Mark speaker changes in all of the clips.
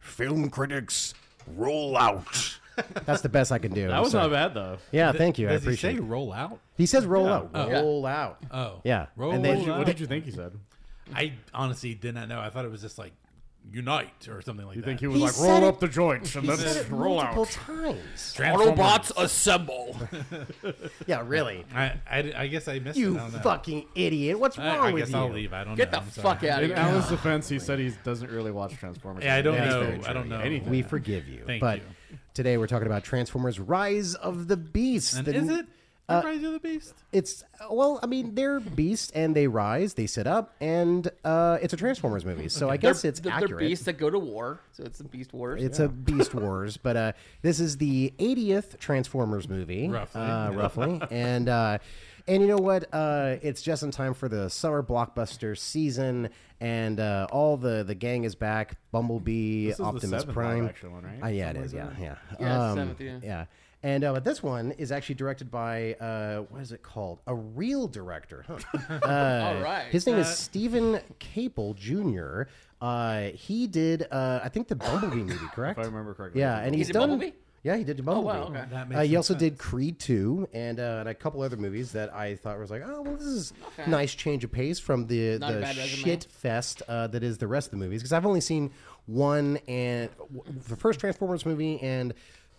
Speaker 1: Film critics, roll out.
Speaker 2: That's the best I can do.
Speaker 3: That
Speaker 2: I'm
Speaker 3: was
Speaker 2: sorry.
Speaker 3: not bad though.
Speaker 2: Yeah, thank you. I
Speaker 4: Does he
Speaker 2: appreciate.
Speaker 4: say
Speaker 2: it.
Speaker 4: roll out?
Speaker 2: He says roll out.
Speaker 4: Oh.
Speaker 2: Roll out.
Speaker 4: Oh,
Speaker 2: Yeah.
Speaker 4: Roll
Speaker 2: And then-
Speaker 3: What did, you, what
Speaker 4: out.
Speaker 3: did you think he said?
Speaker 4: I honestly did not know. I thought it was just like unite or something like
Speaker 3: You
Speaker 4: that.
Speaker 3: think he was
Speaker 2: He
Speaker 3: like
Speaker 2: said
Speaker 3: roll
Speaker 2: it-
Speaker 3: up the joints and
Speaker 2: He said
Speaker 3: then
Speaker 2: it
Speaker 3: roll
Speaker 2: multiple
Speaker 3: out?
Speaker 2: times.
Speaker 4: Transformers.
Speaker 1: assemble.
Speaker 2: Yeah, really.
Speaker 4: I, I, I guess I missed
Speaker 2: You
Speaker 4: it. I don't know.
Speaker 2: fucking idiot. What's
Speaker 4: I,
Speaker 2: wrong
Speaker 4: I
Speaker 2: with
Speaker 4: guess
Speaker 2: you?
Speaker 4: I'll leave. I don't
Speaker 1: Get
Speaker 4: know.
Speaker 1: the
Speaker 4: I'm sorry.
Speaker 1: fuck out of
Speaker 3: In
Speaker 1: here.
Speaker 3: Alan's defense, he said he doesn't really watch Transformers.
Speaker 4: Yeah, I don't
Speaker 2: That's
Speaker 4: know.
Speaker 2: very
Speaker 4: I don't know.
Speaker 3: Anything.
Speaker 2: We forgive you.
Speaker 4: Thank
Speaker 2: but
Speaker 4: you.
Speaker 2: today we're talking about Transformers Rise of the Beast.
Speaker 4: And
Speaker 2: The-
Speaker 4: is it Rise of the Beast?
Speaker 2: It's well, I mean, they're beasts and they rise, they sit up, and uh, it's a Transformers movie, so I guess it's
Speaker 1: they're,
Speaker 2: accurate.
Speaker 1: they're beasts that go to war, so it's the Beast Wars.
Speaker 2: It's a Beast Wars, but uh, this is the 80th Transformers movie,
Speaker 4: Roughly.
Speaker 2: uh, roughly, and uh, and you know what? Uh, it's just in time for the summer blockbuster season, and uh, all the the gang is back. Bumblebee,
Speaker 3: This is the
Speaker 2: Optimus
Speaker 3: seventh
Speaker 2: Prime,
Speaker 3: live-action one, right?
Speaker 2: Uh, yeah, it is. Yeah, yeah,
Speaker 1: Yeah, it's the
Speaker 3: um,
Speaker 1: seventh, yeah.
Speaker 2: And uh, but this one is actually directed by uh, what is it called? A real director, huh? Uh,
Speaker 1: All right.
Speaker 2: His name is Stephen Capel Jr. Uh, he did, uh, I think, the Bumblebee movie, correct?
Speaker 3: If I remember correctly.
Speaker 2: Yeah, and
Speaker 1: He
Speaker 2: he's
Speaker 1: did
Speaker 2: done.
Speaker 1: Bumblebee? Oh,
Speaker 2: Yeah, he did Bumblebee.
Speaker 1: wow, okay.
Speaker 4: That
Speaker 2: uh,
Speaker 4: makes
Speaker 2: he
Speaker 4: some
Speaker 2: also did Creed 2 and, uh, and a couple other movies that I thought was like, oh, well, this is nice change of pace from the,
Speaker 1: Not a
Speaker 2: the
Speaker 1: bad resume.
Speaker 2: shit fest uh, that is the rest of the movies. Because I've only seen one and w- the first Transformers movie and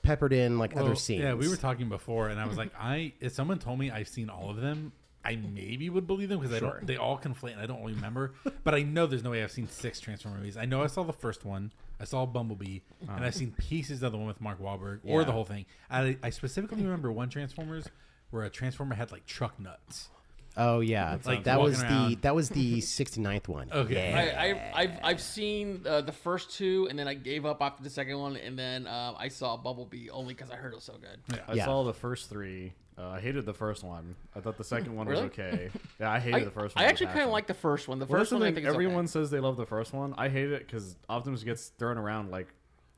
Speaker 2: peppered in like other
Speaker 4: Well,
Speaker 2: scenes.
Speaker 4: Yeah, we were talking before, and I was like, I if someone told me I've seen all of them, I maybe would believe them because I don't. They all conflate, and I don't remember. but I know there's no way I've seen six Transformer movies. I know I saw the first one. I saw Bumblebee, and I've seen pieces of the one with Mark Wahlberg or the whole thing. I, I specifically remember one Transformers where a Transformer had like truck nuts.
Speaker 2: Oh yeah,
Speaker 4: Like
Speaker 2: that was
Speaker 4: walking around.
Speaker 2: the that was the 69th one.
Speaker 4: Okay.
Speaker 2: Yeah.
Speaker 1: I, I, I've, I've seen uh, the first two, and then I gave up after the second one, and then um, I saw Bumblebee only because I heard it was so good.
Speaker 3: I
Speaker 2: Yeah.
Speaker 3: saw the first three. Uh, I hated the first one. I thought the second one
Speaker 1: Really?
Speaker 3: was okay. Yeah, I hated
Speaker 1: I,
Speaker 3: the first
Speaker 1: I
Speaker 3: one. with
Speaker 1: actually kind of
Speaker 3: passion.
Speaker 1: like the first one. The
Speaker 3: Well, that's
Speaker 1: first
Speaker 3: the
Speaker 1: one, I
Speaker 3: thing,
Speaker 1: think is okay.
Speaker 3: everyone says they love the first one. I hate it because Optimus gets thrown around like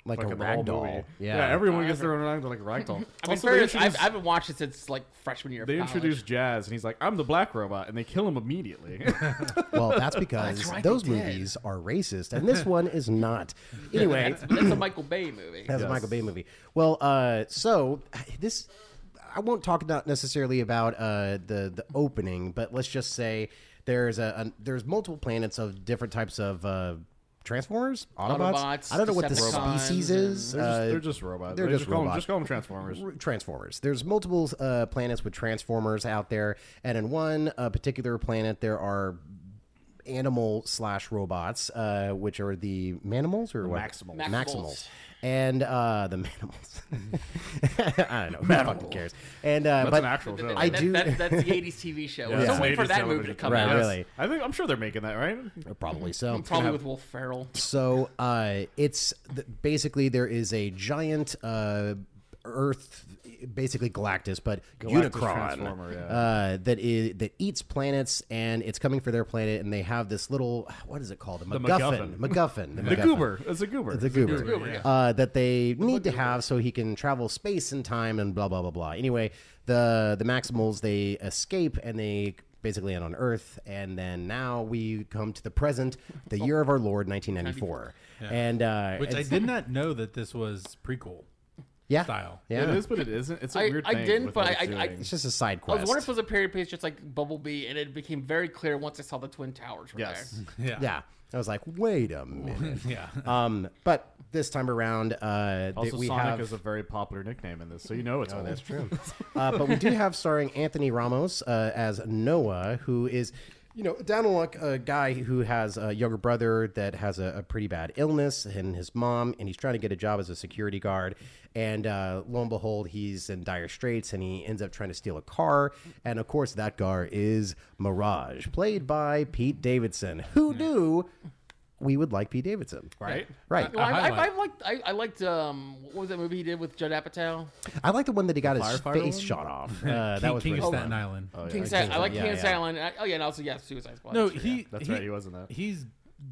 Speaker 2: Like a
Speaker 3: fucking the
Speaker 2: rag
Speaker 3: whole
Speaker 2: doll.
Speaker 3: movie.
Speaker 2: Yeah.
Speaker 3: everyone gets thrown around like a ragdoll.
Speaker 1: I mean,
Speaker 3: Also,
Speaker 1: fair
Speaker 3: they
Speaker 1: is, I've,
Speaker 3: introduced-
Speaker 1: I haven't watched it since like freshman year. Of
Speaker 3: they
Speaker 1: college.
Speaker 3: introduce Jazz, and he's like, "I'm the Black Robot," and they kill him immediately.
Speaker 2: Well, that's because
Speaker 1: That's right,
Speaker 2: those
Speaker 1: they did.
Speaker 2: movies are racist, and this one is not. Anyway,
Speaker 1: That's, that's a Michael Bay movie.
Speaker 2: That's a Michael Bay movie. Well, uh, so this I won't talk about necessarily about uh, the the opening, but let's just say there's a, a there's multiple planets of different types of uh, transformers, Autobots.
Speaker 1: Autobots,
Speaker 2: I don't know what the
Speaker 1: Decepticons,
Speaker 2: species
Speaker 1: and-
Speaker 2: is.
Speaker 3: they're, just,
Speaker 2: uh,
Speaker 3: they're just robots.
Speaker 2: they're
Speaker 3: They
Speaker 2: just
Speaker 3: call 'em-
Speaker 2: robot-
Speaker 3: just call them Transformers.
Speaker 2: r- Transformers. There's multiple uh, planets with Transformers out there, and in one uh, particular planet, there are animal slash robots, uh, which are the Manimals or what?
Speaker 3: Maximals.
Speaker 1: Maximals.
Speaker 2: Maximals. And uh, the Manimals. I don't know. Who fucking cares? And uh,
Speaker 3: That's
Speaker 2: but
Speaker 3: an actual show.
Speaker 2: I
Speaker 1: That-
Speaker 2: do-
Speaker 1: that- that's the '80s TV show.
Speaker 3: Yeah.
Speaker 1: Don't
Speaker 3: It's an
Speaker 1: wait for
Speaker 3: 80s
Speaker 1: that movie to
Speaker 3: television
Speaker 1: come
Speaker 2: Right,
Speaker 1: out.
Speaker 2: really.
Speaker 3: I think I'm sure they're making that right.
Speaker 2: probably so.
Speaker 1: Probably with Will Ferrell.
Speaker 2: So uh, it's th- basically there is a giant uh, Earth, basically Galactus, but
Speaker 3: Galactus
Speaker 2: Unicron
Speaker 3: Transformer, yeah.
Speaker 2: uh, that is that eats planets, and it's coming for their planet, and they have this little what is it called? A MacGuffin.
Speaker 3: MacGuffin.
Speaker 2: MacGuffin. The,
Speaker 3: The
Speaker 2: MacGuffin.
Speaker 3: Goober. It's a Goober.
Speaker 2: The goober,
Speaker 1: goober, yeah.
Speaker 2: uh, that they need to have so he can travel space and time and blah blah blah blah. Anyway, the the Maximals they escape and they basically end on Earth, and then now we come to the present, the year of our Lord, 1994, and uh,
Speaker 4: Which I
Speaker 2: it's-
Speaker 4: did not know that this was prequel.
Speaker 2: Yeah.
Speaker 4: style.
Speaker 2: Yeah.
Speaker 3: It is, but it isn't. It's a
Speaker 1: I-
Speaker 3: weird
Speaker 1: I
Speaker 3: thing.
Speaker 1: didn't,
Speaker 3: with
Speaker 1: but
Speaker 3: what
Speaker 1: I-
Speaker 3: it's
Speaker 1: I- I-
Speaker 3: doing.
Speaker 2: It's just a side
Speaker 1: I was
Speaker 2: quest.
Speaker 1: wondering if it was a period piece just like Bumblebee, and it became very clear once I saw the Twin Towers were
Speaker 3: yes.
Speaker 1: there.
Speaker 4: Yeah.
Speaker 2: yeah. I was like, wait a minute.
Speaker 4: Yeah.
Speaker 2: um, but this time around, uh,
Speaker 3: Also,
Speaker 2: that we
Speaker 3: Sonic
Speaker 2: have
Speaker 3: is a very popular nickname in this, so you know it's. Oh,
Speaker 2: That's true. uh, but we do have starring Anthony Ramos uh, as Noah, who is, you know, down on luck a guy who has a younger brother that has a, a pretty bad illness and his mom, and he's trying to get a job as a security guard. And uh, lo and behold, he's in dire straits and he ends up trying to steal a car. And of course, that car is Mirage, played by Pete Davidson. Who knew we would like Pete Davidson?
Speaker 4: Hmm. Right.
Speaker 2: Right.
Speaker 1: Well, I, I, I
Speaker 4: highlight.
Speaker 1: liked. I, I liked. Um, what was that movie he did with Judd Apatow?
Speaker 2: I like the one that he got his
Speaker 3: Firefighter
Speaker 2: face
Speaker 3: one?
Speaker 2: shot off. Uh, that
Speaker 4: King,
Speaker 2: was
Speaker 4: King
Speaker 2: pretty
Speaker 4: of
Speaker 2: fun.
Speaker 4: Staten Island.
Speaker 1: King Sa- I like
Speaker 2: yeah,
Speaker 1: King
Speaker 2: yeah.
Speaker 1: Silent. I, oh yeah, and also yeah, Suicide Squad.
Speaker 4: No,
Speaker 1: Oh, that's
Speaker 4: he.
Speaker 3: That's
Speaker 4: he-
Speaker 3: right, he was in that.
Speaker 4: He's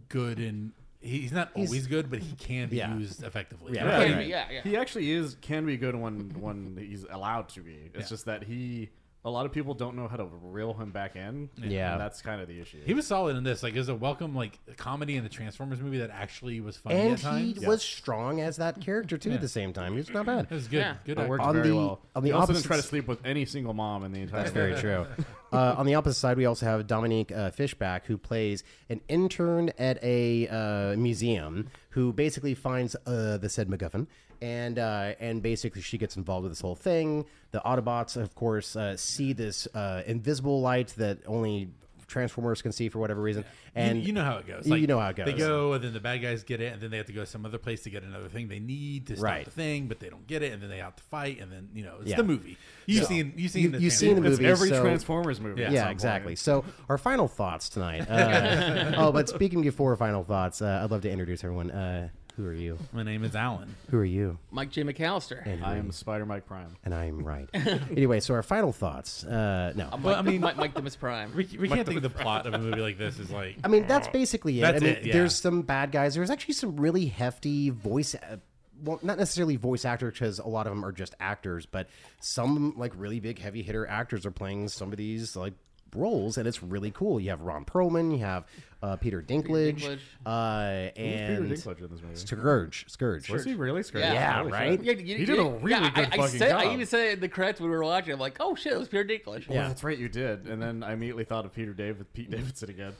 Speaker 4: good and he's not always good, but he can be
Speaker 2: Yeah.
Speaker 4: used effectively.
Speaker 2: Yeah.
Speaker 1: Yeah,
Speaker 3: Yeah,
Speaker 1: yeah,
Speaker 3: right.
Speaker 1: yeah, yeah.
Speaker 3: He actually is can be good when when he's allowed to be. It's just that he a lot of people don't know how to reel him back in.
Speaker 2: Yeah.
Speaker 3: and that's kind of the issue.
Speaker 4: He was solid in this. Like, it was a welcome like comedy in the Transformers movie that actually was funny
Speaker 2: and
Speaker 4: at
Speaker 2: he
Speaker 4: times.
Speaker 2: was strong as that character too. At the same time, he was not bad.
Speaker 4: It was good.
Speaker 1: Yeah.
Speaker 4: Good.
Speaker 3: That
Speaker 4: acting.
Speaker 3: worked
Speaker 2: on
Speaker 3: very
Speaker 2: the-
Speaker 3: well.
Speaker 2: on the
Speaker 3: he also didn't
Speaker 2: opposite
Speaker 3: try to
Speaker 2: s-
Speaker 3: sleep with any single mom in the entire.
Speaker 2: That's very true. Uh, on the opposite side, we also have Dominique uh, Fishback, who plays an intern at a uh, museum, who basically finds uh, the said MacGuffin, and uh, and basically she gets involved with this whole thing. The Autobots, of course, uh, see this uh, invisible light that only Transformers can see for whatever reason, and
Speaker 4: you, you know how it goes.
Speaker 2: you know how it
Speaker 4: They
Speaker 2: goes.
Speaker 4: go, and then the bad guys get it, and then they have to go some other place to get another thing they need to stop
Speaker 2: Right.
Speaker 4: the thing, but they don't get it, and then they have to fight, and then you know it's
Speaker 2: Yeah.
Speaker 4: the movie. You've seen you've seen
Speaker 2: You-
Speaker 4: the
Speaker 2: you've seen the
Speaker 4: Transformers.
Speaker 3: It's
Speaker 2: movie,
Speaker 3: every
Speaker 2: so-
Speaker 3: Transformers movie. at some
Speaker 2: yeah,
Speaker 3: point.
Speaker 2: exactly. So, our final thoughts tonight. Uh, oh, but speaking before final thoughts, uh, I'd love to introduce everyone. Uh, who are you?
Speaker 4: My name is Alan.
Speaker 2: Who are you?
Speaker 1: Mike J. McAllister.
Speaker 3: I am Spider Mike Prime.
Speaker 2: And I'm right. anyway, so our final thoughts. Uh, no,
Speaker 1: Mike,
Speaker 4: I mean-
Speaker 1: Mike, Mike Demas Prime.
Speaker 4: We, we can't think the plot of a movie like this is like.
Speaker 2: I mean that's basically it.
Speaker 4: That's
Speaker 2: I mean,
Speaker 4: it, yeah.
Speaker 2: there's some bad guys. There's actually some really hefty voice. Uh, well, not necessarily voice actors because a lot of them are just actors, but some like really big heavy hitter actors are playing some of these like roles, and it's really cool. You have Ron Perlman, you have uh, Peter Dinklage,
Speaker 1: Dinklage.
Speaker 2: Uh,
Speaker 3: Peter
Speaker 2: and
Speaker 3: Dinklage in this movie.
Speaker 2: Scourge, Scourge.
Speaker 3: Was he really scary?
Speaker 1: Yeah. Yeah,
Speaker 3: Holy
Speaker 2: right?
Speaker 3: shit.
Speaker 1: Yeah, you,
Speaker 3: he
Speaker 1: you-
Speaker 3: did a really
Speaker 1: yeah,
Speaker 3: good
Speaker 1: I, I
Speaker 3: fucking
Speaker 1: said,
Speaker 3: job.
Speaker 1: I even said it in the credits when we were watching. I'm like, oh shit, it was Peter Dinklage.
Speaker 3: Yeah, that's right. You did, and then I immediately thought of Peter David, Pete Davidson again.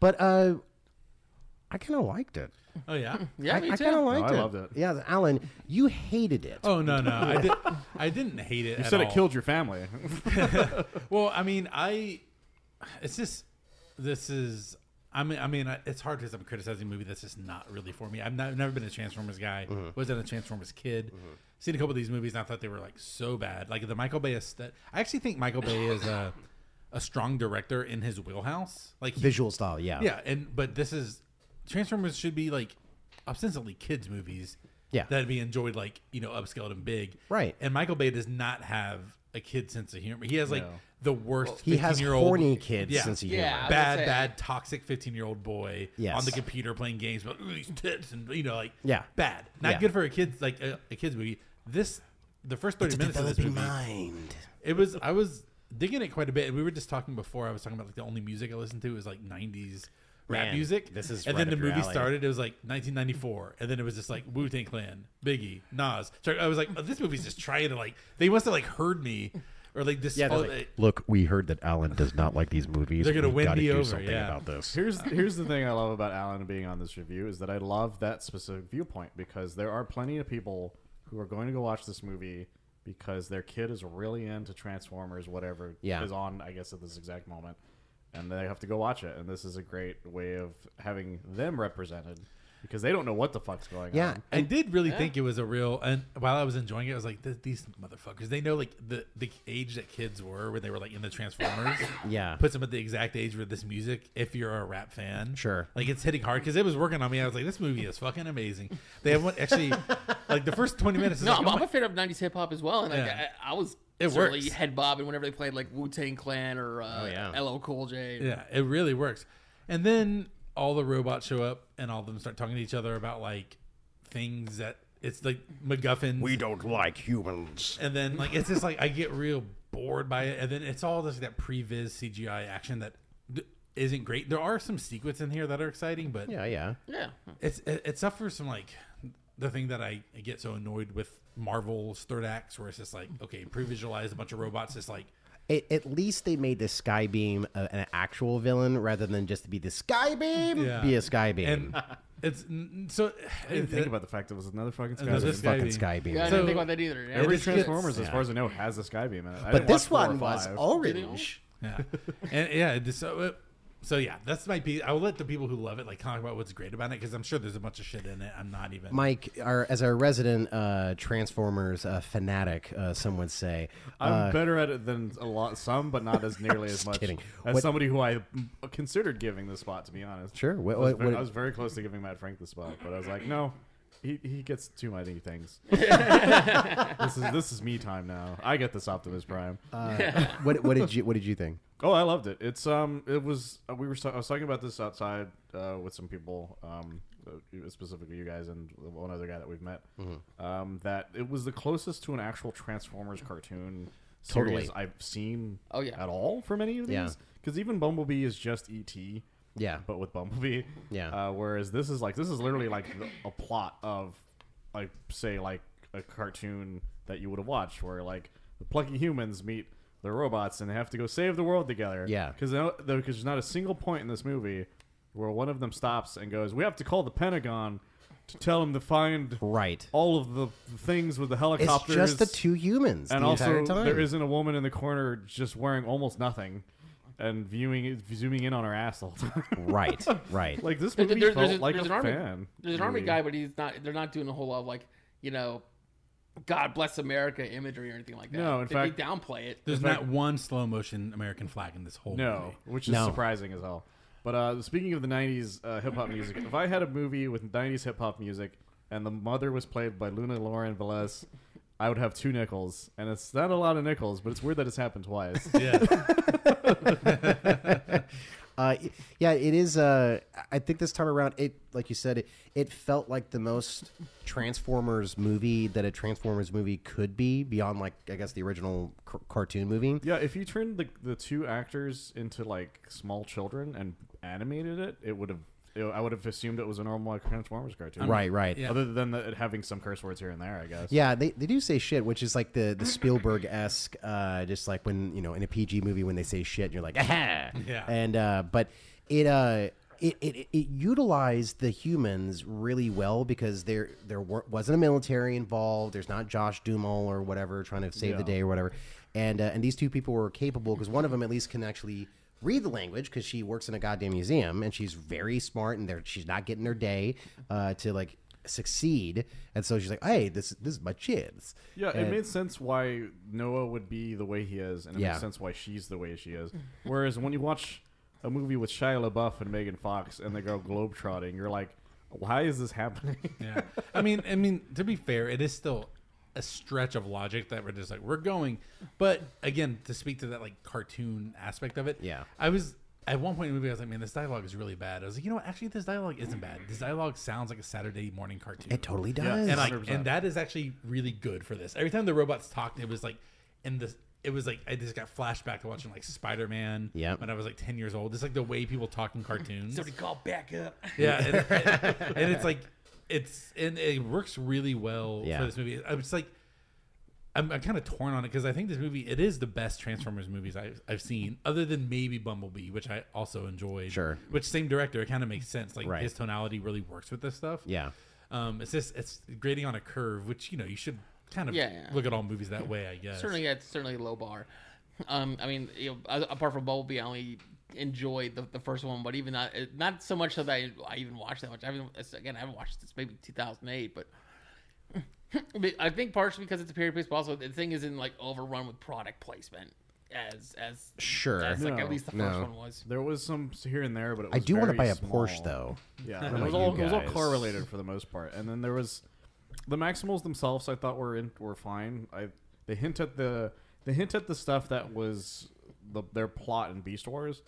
Speaker 2: But uh, I kind of liked it.
Speaker 4: Oh yeah.
Speaker 1: yeah,
Speaker 2: I,
Speaker 1: me too.
Speaker 2: kind of liked
Speaker 3: I
Speaker 2: it.
Speaker 3: loved it.
Speaker 2: Yeah, Alan, you hated it.
Speaker 4: Oh no no I did I didn't hate it.
Speaker 3: You
Speaker 4: at
Speaker 3: said it
Speaker 4: all.
Speaker 3: killed your family.
Speaker 4: Well, I mean, I it's just this is I mean I mean I- it's hard because I'm criticizing a movie that's just not really for me. I've, not, never been a Transformers guy. Wasn't a Transformers kid. Seen a couple of these movies and I thought they were like so bad. Like the Michael Bay aesthetic. I actually think Michael Bay is a a strong director in his wheelhouse. Like he
Speaker 2: Visual style, yeah.
Speaker 4: yeah, and but this is Transformers should be like ostensibly kids movies.
Speaker 2: Yeah.
Speaker 4: that'd be enjoyed like you know upscaled and big.
Speaker 2: Right.
Speaker 4: And Michael Bay does not have a kid sense of humor. He has like the worst.
Speaker 2: He has
Speaker 4: 15-year-old
Speaker 2: horny kids sense of humor.
Speaker 1: Yeah. I would
Speaker 4: Bad,
Speaker 1: say-
Speaker 4: bad, toxic fifteen-year-old boy
Speaker 2: Yes.
Speaker 4: on the computer playing games, but "Ooh, these tits and you know, like
Speaker 2: Yeah.
Speaker 4: bad, not
Speaker 2: Yeah.
Speaker 4: good for a kids like a, a kids movie. This, the first thirty minutes of this movie,
Speaker 2: mind.
Speaker 4: it was I was digging it quite a bit, and we were just talking before. I was talking about like the only music I listened to was like '90s rap
Speaker 2: Man,
Speaker 4: music.
Speaker 2: this is
Speaker 4: and
Speaker 2: right
Speaker 4: then the
Speaker 2: up your
Speaker 4: movie
Speaker 2: alley.
Speaker 4: started. It was like 1994, and then it was just like Wu Tang Clan, Biggie, Nas. So I was like, oh, this movie's just trying to like they must have like heard me or like this.
Speaker 2: Yeah, they're
Speaker 4: oh,
Speaker 2: like,
Speaker 4: they-
Speaker 5: Look, we heard that Alan does not like these movies.
Speaker 4: They're gonna
Speaker 5: We've
Speaker 4: win
Speaker 5: gotta
Speaker 4: me
Speaker 5: do
Speaker 4: over,
Speaker 5: something
Speaker 4: yeah.
Speaker 5: about this.
Speaker 3: Here's here's the thing I love about Alan being on this review is that I love that specific viewpoint because there are plenty of people who are going to go watch this movie because their kid is really into Transformers, whatever
Speaker 2: Yeah.
Speaker 3: is on, I guess, at this exact moment, and they have to go watch it. And this is a great way of having them represented because they don't know what the fuck's going
Speaker 2: Yeah.
Speaker 3: on.
Speaker 4: I did really think it was a real, and while I was enjoying it, I was like, "Th- "These motherfuckers! They know like the the age that kids were when they were like in the Transformers.
Speaker 2: Yeah.
Speaker 4: puts them at the exact age where this music. If you're a rap fan,
Speaker 2: Sure.
Speaker 4: like it's hitting hard because it was working on me. I was like, this movie is fucking amazing. They have one actually, like the first twenty minutes. is
Speaker 1: No,
Speaker 4: like,
Speaker 1: I'm,
Speaker 4: oh
Speaker 1: I'm
Speaker 4: my-
Speaker 1: a fan of '90s hip hop as well, and like,
Speaker 4: Yeah.
Speaker 1: I, I was
Speaker 4: It
Speaker 1: certainly
Speaker 4: works.
Speaker 1: head bobbing whenever they played like Wu Tang Clan or uh,
Speaker 2: yeah.
Speaker 1: LL Cool J.
Speaker 4: Yeah, it really works. And then all the robots show up, and all of them start talking to each other about like things that it's like MacGuffin.
Speaker 5: We don't like humans.
Speaker 4: and then like it's just like I get real bored by it, and then it's all just that previs CGI action that d- isn't great. There are some secrets in here that are exciting, but
Speaker 2: Yeah, yeah.
Speaker 1: yeah.
Speaker 4: it's it, it suffers from like the thing that I I get so annoyed with Marvel's third acts, where it's just like, okay, pre-visualize a bunch of robots. It's like,
Speaker 2: It, at least they made the Skybeam uh, an actual villain rather than just to be the Skybeam,
Speaker 4: Yeah.
Speaker 2: be a Skybeam.
Speaker 4: and it's n- so.
Speaker 3: I didn't think about the fact that it was another fucking
Speaker 4: Another
Speaker 3: skybeam.
Speaker 4: sky-
Speaker 2: fucking
Speaker 4: Skybeam.
Speaker 2: Skybeam.
Speaker 1: Yeah,
Speaker 4: So-
Speaker 1: I didn't think about that either. Yeah.
Speaker 4: Every
Speaker 3: Every
Speaker 4: It's-
Speaker 3: Transformers,
Speaker 4: it's-
Speaker 3: as far as I know, has a skybeam in it.
Speaker 2: but
Speaker 3: I didn't
Speaker 2: this
Speaker 3: watch four
Speaker 2: one
Speaker 3: or
Speaker 2: was
Speaker 3: five.
Speaker 2: orange.
Speaker 4: Yeah, and yeah, it just, so, it- so yeah, that's might be. I'll let the people who love it like talk about what's great about it because I'm sure there's a bunch of shit in it. I'm not even.
Speaker 2: Mike, our, as our resident uh, Transformers uh, fanatic, uh, some would say,
Speaker 3: I'm better at it than a lot, some, but not as nearly as much
Speaker 2: Uh, kidding.
Speaker 3: as
Speaker 2: What-
Speaker 3: somebody who I considered giving the spot. To be honest,
Speaker 2: Sure. What-
Speaker 3: I, was
Speaker 2: what-
Speaker 3: very,
Speaker 2: what-
Speaker 3: I was very close to giving Matt Frank the spot, but I was like, no, he, he gets too many things. this is this is me time now. I get this Optimus Prime.
Speaker 2: Uh, what, what did you what did you think?
Speaker 3: Oh, I loved it. It's um, it was uh, we were so- I was talking about this outside uh, with some people, um, uh, specifically you guys and one other guy that we've met. Um, that it was the closest to an actual Transformers cartoon series
Speaker 2: Totally.
Speaker 3: I've seen.
Speaker 1: Oh, yeah.
Speaker 3: at all for many of
Speaker 2: Yeah.
Speaker 3: these because even Bumblebee is just E ET.
Speaker 2: Yeah.
Speaker 3: but with Bumblebee.
Speaker 2: Yeah.
Speaker 3: Uh, whereas this is like this is literally like the, a plot of like say like a cartoon that you would have watched where like the plucky humans meet the robots and they have to go save the world together.
Speaker 2: Yeah.
Speaker 3: Because because there's not a single point in this movie where one of them stops and goes, "We have to call the Pentagon to tell them to find
Speaker 2: Right.
Speaker 3: all of the things with the
Speaker 2: It's
Speaker 3: helicopters."
Speaker 2: just the two humans
Speaker 3: and
Speaker 2: the
Speaker 3: also
Speaker 2: entire time.
Speaker 3: there isn't a woman in the corner just wearing almost nothing and viewing zooming in on her ass the whole time.
Speaker 2: right, right.
Speaker 3: like this
Speaker 1: There-
Speaker 3: movie
Speaker 1: there's,
Speaker 3: felt
Speaker 1: there's,
Speaker 3: like
Speaker 1: there's
Speaker 3: a
Speaker 1: an army,
Speaker 3: fan.
Speaker 1: There's an army
Speaker 3: movie.
Speaker 1: guy, but he's not. They're not doing a whole lot of like you know, God bless America imagery or anything like that.
Speaker 3: No, in
Speaker 1: they,
Speaker 3: fact-
Speaker 1: they downplay it.
Speaker 4: there's
Speaker 3: in fact-
Speaker 4: not one slow motion American flag in this whole
Speaker 3: No,
Speaker 4: movie.
Speaker 3: which is
Speaker 2: No.
Speaker 3: surprising as hell. But uh, speaking of the '90s uh, hip hop music, if I had a movie with '90s hip hop music and the mother was played by Luna Lauren Velez, I would have two nickels, and it's not a lot of nickels, but it's weird that it's happened twice.
Speaker 4: Yeah,
Speaker 2: Uh, y- yeah, it is. Uh, I think this time around, it like you said, it, it felt like the most Transformers movie that a Transformers movie could be beyond, like I guess the original c- cartoon movie.
Speaker 3: yeah, if you turned the the two actors into like small children and animated it, it would have. it- I would have assumed it was a normal Transformers cartoon,
Speaker 2: Right, right.
Speaker 4: Yeah.
Speaker 3: Other than the, it having some curse words here and there, I guess.
Speaker 2: Yeah, they, they do say shit, which is like the, the Spielberg esque, uh, just like when you know in a PG movie when they say shit, you're like aha.
Speaker 4: Yeah.
Speaker 2: And uh, but it uh it, it it utilized the humans really well because there there were, wasn't a military involved. There's not Josh Duhamel or whatever trying to save the
Speaker 3: Yeah.
Speaker 2: day or whatever. And uh, and these two people were capable because one of them at least can actually. Read the language because she works in a goddamn museum and she's very smart and there she's not getting her day uh, to like succeed and so she's like hey this this is my chance
Speaker 3: Yeah, it
Speaker 2: And-
Speaker 3: made sense why Noah would be the way he is, and it
Speaker 2: Yeah.
Speaker 3: makes sense why she's the way she is. Whereas when you watch a movie with Shia LaBeouf and Megan Fox and they go globetrotting, you're like, why is this happening?
Speaker 4: yeah. I mean, I mean, to be fair, it is still a stretch of logic that we're just like we're going. But again, to speak to that like cartoon aspect of it,
Speaker 2: Yeah.
Speaker 4: I was at one point in the movie, I was like, man, this dialogue is really bad. I was like, you know, what? actually, this dialogue isn't bad. This dialogue sounds like a Saturday morning cartoon.
Speaker 2: It totally does.
Speaker 4: and like,
Speaker 3: 100%.
Speaker 4: and that is actually really good for this. Every time the robots talked, it was like, and this, it was like I just got flashback to watching like Spider Man.
Speaker 2: Yep.
Speaker 4: when I was like ten years old. It's like the way people talk in cartoons.
Speaker 1: Somebody call back up.
Speaker 4: Yeah, and, and- and it's like it's and it works really well
Speaker 2: Yeah.
Speaker 4: for this movie. I'm just like I'm, I'm kind of torn on it because I think this movie it is the best Transformers movies I've, I've seen, other than maybe Bumblebee, which I also enjoyed.
Speaker 2: Sure.
Speaker 4: which same director, it kind of makes sense. Like
Speaker 2: Right.
Speaker 4: his tonality really works with this stuff.
Speaker 2: Yeah.
Speaker 4: um, it's just it's grading on a curve, which you know you should kind of
Speaker 1: Yeah, yeah.
Speaker 4: look at all movies that way. I guess
Speaker 1: Certainly, yeah, it's certainly a low bar. Um, I mean, you know, a- apart from Bumblebee, I only enjoyed the, the first one, but even not eh, not so much that I I even watched that much. I haven't it's- again, I haven't watched this maybe 2008, but. I mean, I think partially because it's a period piece, but also the thing isn't like overrun with product placement as as
Speaker 2: Sure.
Speaker 1: as like
Speaker 3: No.
Speaker 1: at least the first
Speaker 2: No.
Speaker 1: one was.
Speaker 3: there was some here and there, but it was
Speaker 2: I do want to
Speaker 3: very
Speaker 2: buy a
Speaker 3: small.
Speaker 2: Porsche though.
Speaker 3: Yeah, it
Speaker 2: know
Speaker 3: was,
Speaker 2: about
Speaker 3: all,
Speaker 2: you
Speaker 3: it was all
Speaker 2: guys.
Speaker 3: correlated for the most part. And then there was the Maximals themselves. I thought were in, were fine. I they hint at the they hint at the stuff that was the, their plot in Beast Wars.